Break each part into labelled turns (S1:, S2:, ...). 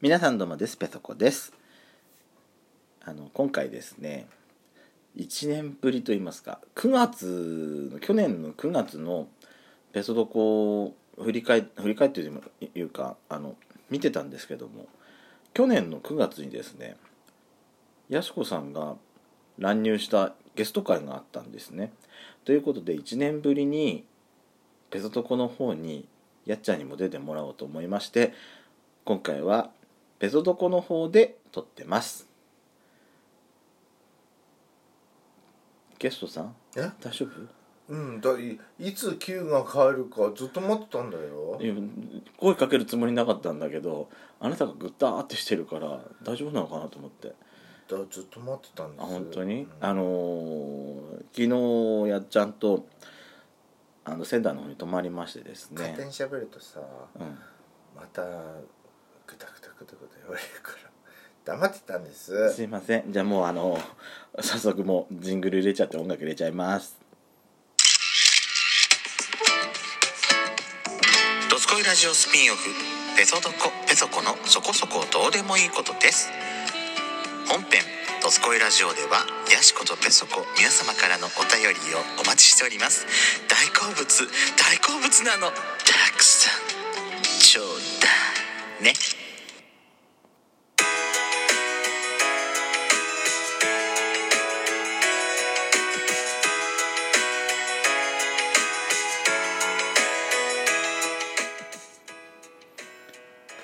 S1: 皆さんどうもですペソコですあの今回ですね1年ぶりと言いますか9月の去年の9月のペソドコを振り返振り返ってというかあの見てたんですけども去年の9月にですねやしこさんが乱入したゲスト会があったんですねということで1年ぶりにペソドコの方にやっちゃんにも出てもらおうと思いまして今回はペソドコの方で撮ってますゲストさん
S2: え
S1: 大丈夫
S2: うんだいいつ Q が変わるかずっと待ってたんだよ
S1: いや声かけるつもりなかったんだけどあなたがグッターってしてるから大丈夫なのかなと思って
S2: だずっと待ってたんで
S1: あ
S2: す
S1: 本当に、
S2: うん
S1: あのー昨日やっちゃんとあの仙台の方に泊まりましてですね
S2: 勝手に喋るとさ
S1: うん、
S2: またグダグダグダグダ言われるから黙ってたんです
S1: すいませんじゃあもうあの早速もうジングル入れちゃって音楽入れちゃいます
S3: ドスコイラジオスピンオフ「ペソドコペソコのそこそこどうでもいいこと」です本編「ドスコイラジオ」ではヤシコとペソコ皆様からのお便りをお待ちしております大好物大好物なのたくさんちょうだいね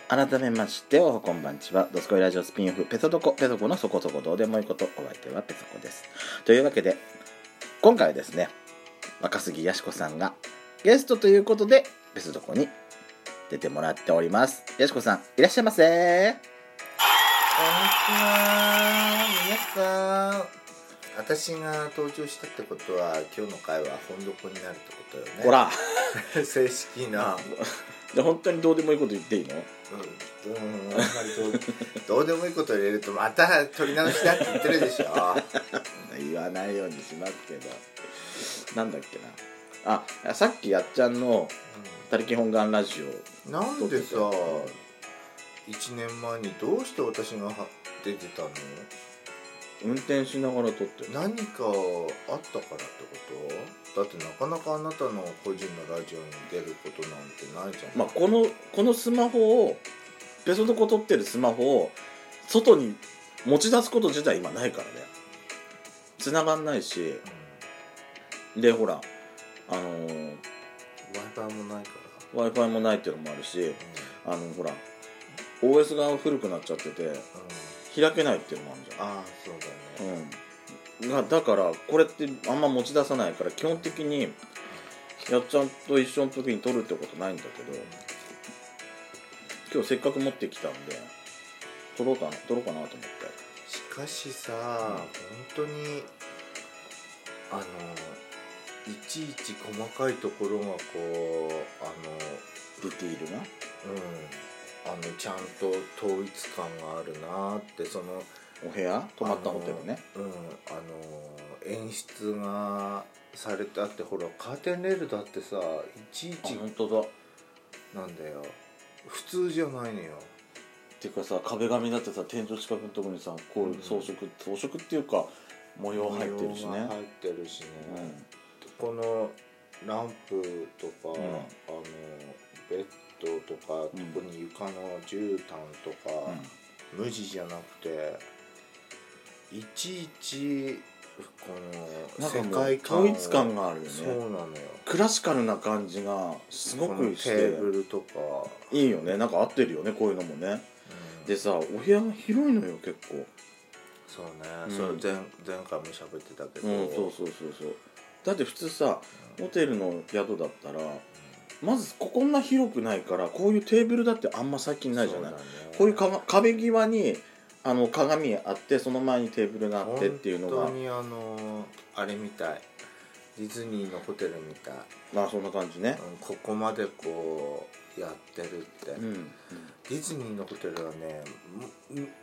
S1: 改めましておはこんばんちは「ドスコイラジオスピンオフペソドコペソコのそこそこどうでもいいこと」お相手はペソコですというわけで今回はですね若杉やしこさんがゲストということでペソドコに出てもらっておりますやしこさんいらっしゃいませ
S2: こんにちは皆さん私が登場したってことは今日の会は本床になるってことよね
S1: ほら
S2: 正式な
S1: で本当にどうでもいいこと言っていいの
S2: うんうんあんまりどうどうで もいいこと入れるとまた取り直しだって言ってるでしょ
S1: 言わないようにしますけどなんだっけなあさっきやっちゃんの「たりき本願ラジオ」
S2: なんでさ1年前にどうして私がは出てたの
S1: 運転しながら撮ってる
S2: 何かあったからってことだってなかなかあなたの個人のラジオに出ることなんてないじゃん、
S1: まあ、このこのスマホをペソドコ撮ってるスマホを外に持ち出すこと自体今ないからね繋がんないしでほらあの w
S2: w i f i もないか
S1: i f i もないっていうのもあるし
S2: ら、
S1: あのほら OS が古くなっちゃってて
S2: うん
S1: 開けないっていうのもあるじゃん
S2: ああそうだね、
S1: うん、がだからこれってあんま持ち出さないから基本的にやっちゃんと一緒の時に撮るってことないんだけど今日せっかく持ってきたんで撮ろうかな撮ろうかなと思って
S2: しかしさ、本当にあのいちいち細かいところがこうあの
S1: ディティールが
S2: うん、あのちゃんと統一感があるなってその、
S1: お部屋泊まったホテルね
S2: うん、あの演出がされたってほらカーテンレールだってさいちい
S1: あ
S2: ち
S1: 本当だ
S2: なんだよ普通じゃないのよ
S1: ていうかさ壁紙だってさ天井近くのところにさこ
S2: う
S1: うん装飾、装飾っていうか模様入ってるし
S2: 模
S1: ね
S2: 様が入ってるしね、
S1: うん
S2: このランプとか、
S1: うん
S2: あのベッドとか
S1: うん
S2: 特に床の絨毯とか、無地じゃなくていちいちこ
S1: なん
S2: の
S1: か
S2: 世
S1: もう
S2: 界観を
S1: 統一感があるよ
S2: そうな
S1: ね
S2: のよ
S1: クラシカルな感じがすご
S2: この
S1: く
S2: テ
S1: して
S2: ーブルとか、
S1: いいよねなんか合ってるよねこういうのもね
S2: うん
S1: でさお部屋が広いのよ結構
S2: そうね、
S1: うん
S2: それ前前回も喋ってたけど、
S1: うんそうそうそうそうだって普通さホテルの宿だったらまずここんな広くないからこういうテーブルだってあんま最近ないじゃない、
S2: そうだね
S1: こういうかが壁際にあの鏡あってその前にテーブルがあってっていうの
S2: 本
S1: が
S2: 当にあのあれみたいディズニーのホテルみたい、
S1: まあそんな感じね
S2: うんここまでこうやってるって、
S1: うん、うん
S2: ディズニーのホテルはね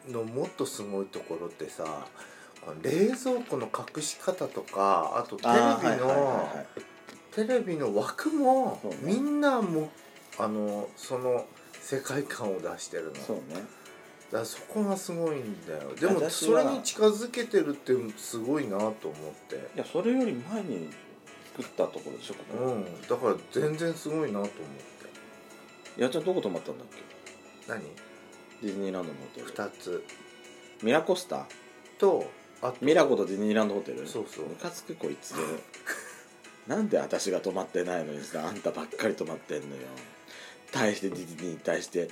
S2: ものもっとすごいところってさこの冷蔵庫の隠し方とかあとテ
S1: あー
S2: レビ
S1: はいはいはい
S2: の
S1: はい
S2: テレビの枠も
S1: そうね
S2: みんなもあのその世界観を出してるの
S1: そうね
S2: だからそこがすごいんだよでも
S1: 私
S2: それ
S1: は
S2: に近づけてるってすごいなと思って
S1: いやそれより前に作ったところでしょここ、
S2: うんだから全然すごいなと思って
S1: やっちゃんどこ泊まったんだっ
S2: 何
S1: けディズニーランドのホテル
S2: 2つ
S1: ミラコスタ
S2: とあと
S1: ミラコとディズニーランドホテル
S2: そうそう
S1: ムカつくこいつなんで私が泊まってないのにさあんたばっかり泊まってんのよ対してディズニーに対して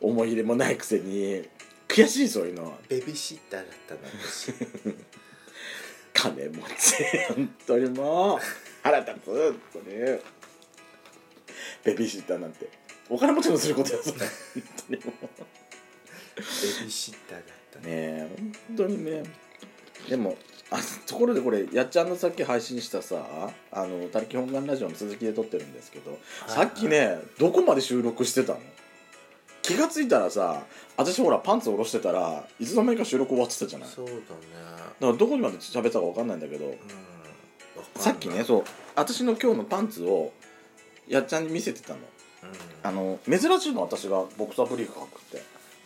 S1: 思い入れもないくせに悔しいそういうの
S2: ベビーシッタ ーだったの私
S1: 金持ち本当にもう腹立つ本当にベビーシッターなんてお金持ちのすることやそれ本当にもう
S2: ベビーシッターだった
S1: ねえ本当にねでもあところでこれやっちゃんのさっき配信したさ「あの他力本願ラジオ」の続きで撮ってるんですけどさっきねどこまで収録してたの気がついたらさ私ほらパンツ下ろしてたらいつの間にか収録終わってたじゃないだか
S2: そうだね
S1: らどこまで喋ってたか分かんないんだけど
S2: うんわかんない
S1: さっきねそう私の今日のパンツをやっちゃんに見せてたの
S2: うん
S1: あの珍しいの私がボクサーブリーフ履くって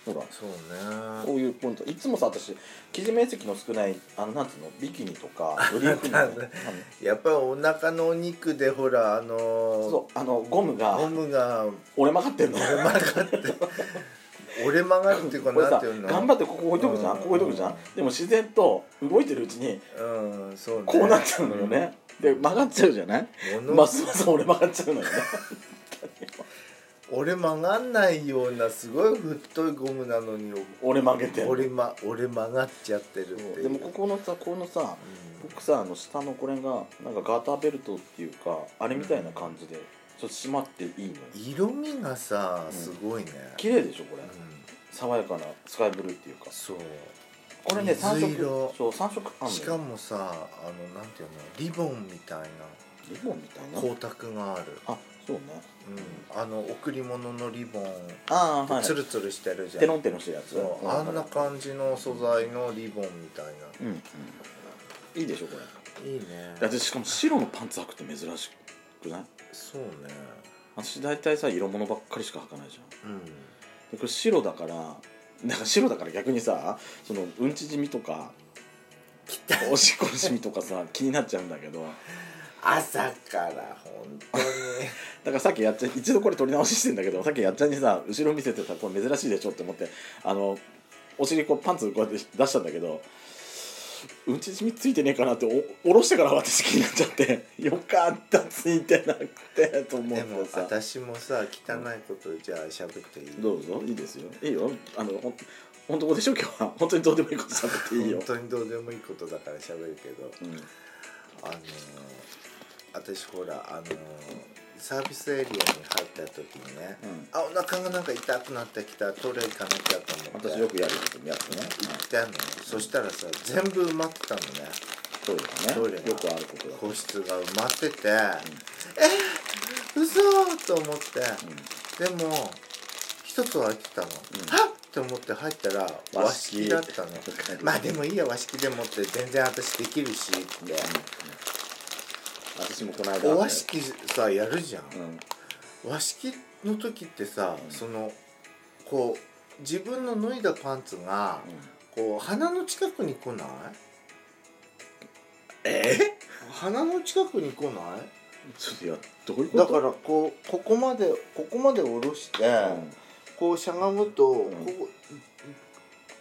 S1: ほら
S2: そう
S1: こ
S2: ね
S1: ういうポイントいつもさ私生地面積の少ないあのなんつうのビキニとかブリー フのあ
S2: あ
S1: の
S2: んたねやっぱりお腹のお肉でほらあのー
S1: そうあのゴムが
S2: ゴムが
S1: 折れ曲がってんの
S2: 折れ曲がって折れ曲がるっていうか
S1: これ
S2: な
S1: さ
S2: んていうの
S1: 頑張ってここ置いとくじゃん
S2: うん
S1: ここ置いとくじゃんでも自然と動いてるうちに
S2: うんそうね
S1: こうなっちゃうのよねで曲がっちゃうじゃない
S2: 物
S1: ますます折れ曲がっちゃうのよね
S2: 折れ曲がんないようなすごい太いゴムなのに
S1: 折れ曲げて
S2: 折れ,、ま、折れ曲がっちゃってるっていう
S1: でもここのさこのさ僕さあの下のこれがなんかガーターベルトっていうかあれみたいな感じでちょっと締まっていいのよ
S2: 色味がさすごいね、
S1: 綺麗でしょこれ
S2: うん
S1: 爽やかなスカイブルーっていうか
S2: そう
S1: これね
S2: 水
S1: 三
S2: 色
S1: 色そう三色あんのよ
S2: しかもさあのなんていうのリボンみたいな
S1: リボンみたいな
S2: 光沢がある、
S1: あそうね
S2: うん、あの贈り物のリボン
S1: ああはい
S2: ツルツルしてるじゃん
S1: テロンテロンしてるやつ
S2: そうあんな感じの素材のリボンみたい
S1: うんうんいいでしょこれ
S2: な、いいね
S1: だってしかも白のパンツ履くって珍しくない
S2: そうね
S1: 私大体さ色物ばっかりしか履かないじゃん
S2: うん
S1: でこれ白だからなんか白だから逆にさそのうんちじみとかおしっこのしみとか さ気になっちゃうんだけど
S2: 朝から本当に
S1: だからさっきやっちゃん一度これ撮り直ししてんだけどさっきやっちゃんにさ後ろ見せてたこれ珍しいでしょって思ってあのお尻こうパンツこうやって出したんだけどうんちじみついてねえかなってお下ろしてから私気になっちゃって よかったついてなくてと思っ
S2: でも
S1: てさ
S2: 私もさ汚いことじゃあ喋っていい
S1: どうぞいいですよいいよあのほん本当でしょ今日は本当にどうでもいいことしゃべっていいよ
S2: 本、当にどうでもいいことだから喋るけど
S1: うん、
S2: あのー私ほらあのーサービスエリアに入った時にね、
S1: うん
S2: あお腹がなんか痛くなってきたトイレ行かなきゃと思って
S1: 私よくやるやつね、はい、
S2: 行ったのよそしたらさ全部埋まってたのね
S1: トイレ
S2: ト
S1: が
S2: イレ
S1: ね
S2: が
S1: よくあることだ
S2: 個室が埋まってて、えー、嘘と思って、でも一つは空いてたの、はっって思って入ったら和
S1: 和式
S2: 式だったのまあでもいいや和式でもって全然私できるしって、
S1: 私もこの間
S2: お和式さやるじゃん、
S1: うん
S2: 和式の時ってさ、そのこう自分の脱いだパンツが、こう鼻の近くに来ない
S1: え
S2: 鼻の近くに来ない
S1: ちょっとやどういうこ
S2: だ
S1: と
S2: からこうここまでここまで下ろして、
S1: うん
S2: こうしゃがむと、
S1: ん
S2: こ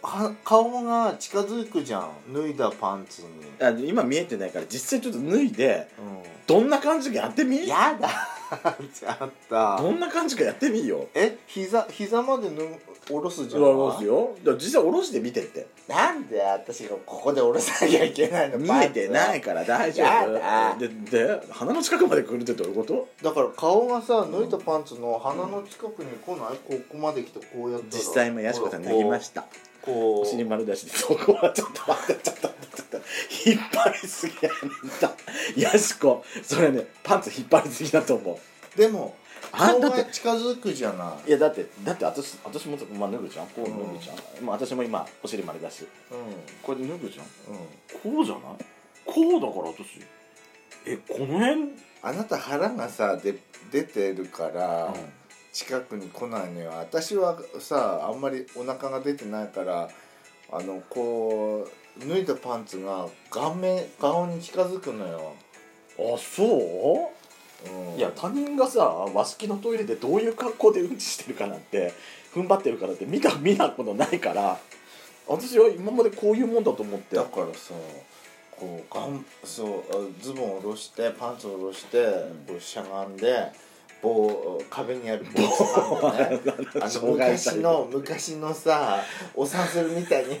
S2: うは顔が近づくじゃん脱いだパンツに、
S1: あの今見えてないから実際ちょっと脱いで
S2: う
S1: どんな感じかやってみ
S2: ん、やだ ちゃった
S1: どんな感じかやってみよ
S2: え膝膝まで脱ぐ下ろすじゃん
S1: 下ろすよだから実際下ろしてみてって
S2: なんで私がここで下ろさなきゃいけないの
S1: 見えてない
S2: パ
S1: か
S2: ン
S1: ら大丈
S2: やだ
S1: 夫でで鼻の近くまで来るってどういうこと
S2: ツはだから顔がさ脱いだパンツの鼻の近くに来ない、ここまで来てこうやったら
S1: 実際もやしこさん脱ぎました
S2: こ
S1: お
S2: う
S1: 尻丸出しでそこはちょっと待ってちょっと待ってちょっと引っ張りすぎやんたやしこそれねパンツ引っ張りすぎだと思う
S2: でも
S1: あ
S2: 顔
S1: んだって
S2: が近づくじゃない
S1: いやだってだって私私もまあ脱ぐじゃんこう脱ぐじゃん、まあ、私も今お尻丸出し
S2: う
S1: これで脱ぐじゃん
S2: んう
S1: こ
S2: ん
S1: うじゃないこうだから私えこの辺
S2: あなた腹がさで出てるから、近くに来ないのよ私はさあんまりお腹が出てないからあのこう脱いだパンツが顔面顔に近づくのよ、
S1: あそう
S2: うん、
S1: いや他人がさ和式のトイレでどういう格好でうんちしてるかなんて踏ん張ってるからって見た見ないことないから私は今までこういうもんだと思って
S2: だからさこうがんそうあズボンを下ろしてパンツを下ろして、こうしゃがんで棒壁にある棒 を掴んでねあの
S1: 障害者
S2: 昔の昔のさおさするみたいに「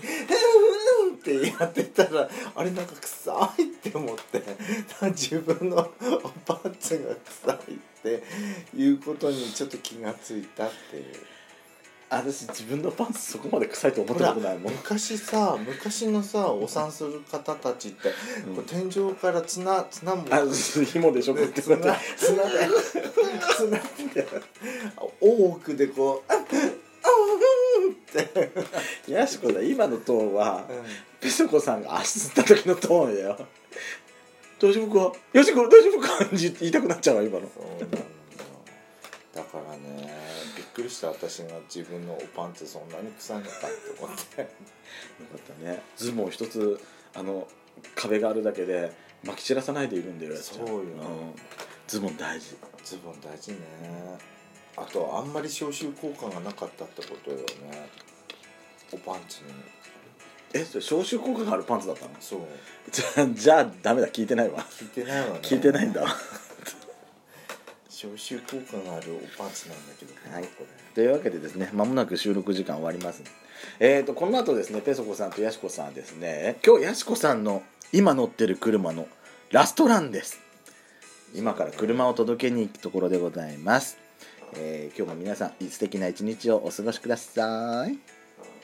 S2: ふんふん」ってやってたらあれなんか臭いって思って自分のパンツが臭いっていうことにちょっと気がついたっていう。
S1: 私自分のパンツそこまで臭いと思っ
S2: ほ
S1: た
S2: ら
S1: ことないもん
S2: 昔さ昔のさお産する方たちって、
S1: うん
S2: こう天井から綱綱も
S1: あ紐でしょこうやって
S2: 綱
S1: こう
S2: 綱
S1: や
S2: で
S1: って
S2: 綱で大奥でこうあっ
S1: やしこだ今のトーンは
S2: うん
S1: ペソコさんが足つった時のトーンだよ大丈夫かよしこ大丈夫かって言いたくなっちゃうわ今の
S2: そうなんだよだからねびっくりした私が自分のおパンツそんなに臭いのかって思って
S1: よかったねズボン一つあの壁があるだけでまき散らさないでいるんだよ
S2: そうよ
S1: んズボン大事
S2: ズボン大事ねあとあんまり消臭効果がなかったってことよねおパンツに
S1: えそれ消臭効果があるパンツだったの
S2: そう
S1: じゃあじゃあダメだ聞いてないわ
S2: 聞いてないわね
S1: 聞いてないんだわ
S2: 消臭効果があるおパンツなんだけど、
S1: はい
S2: こ
S1: というわけでですねまもなく収録時間終わりますえー、とこの後ですねペソコさんとヤシコさんですね今日ヤシコさんの今乗ってる車のラストランです今から車を届けに行くところでございます、えー今日も皆さん素敵な一日をお過ごしください